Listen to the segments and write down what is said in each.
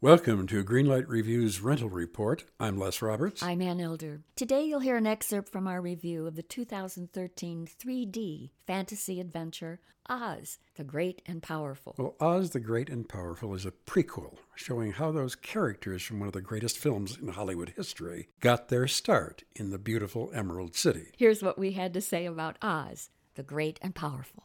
Welcome to Greenlight Review's Rental Report. I'm Les Roberts. I'm Ann Elder. Today you'll hear an excerpt from our review of the 2013 3D fantasy adventure Oz, the Great and Powerful. well, Oz the Great and Powerful is a prequel showing how those characters from one of the greatest films in Hollywood history got their start in the beautiful Emerald City. Here's what we had to say about Oz, the Great and Powerful.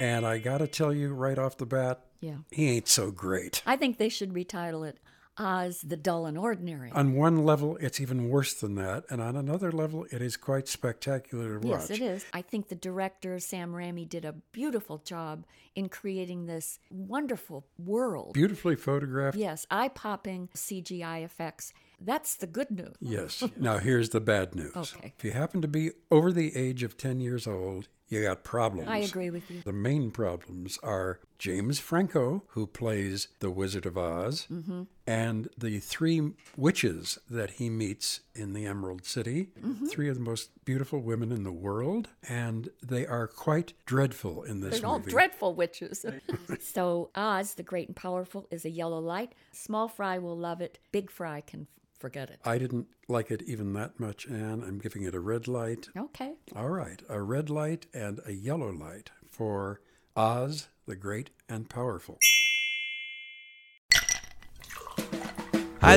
And I gotta tell you right off the bat, Yeah. he ain't so great. I think they should retitle it Oz, the Dull and Ordinary. On one level, it's even worse than that, and on another level, it is quite spectacular to watch. Yes, it is. I think the director, Sam Raimi, did a beautiful job in creating this wonderful world. Beautifully photographed. Yes, eye popping CGI effects. That's the good news. Yes. Now here's the bad news. Okay. If you happen to be over the age of 10 years old, you got problems. I agree with you. The main problems are James Franco, who plays the Wizard of Oz, and the three witches that he meets in the Emerald City. Three of the most beautiful women in the world, and they are quite dreadful in this They're all movie. dreadful witches. so Oz, the great and powerful, is a yellow light. Small fry will love it. Big fry can f- forget it. I didn't like it even that much, Anne. I'm giving it a red light. Okay. All right, a red light and a yellow light for Oz the Great and Powerful. Hi,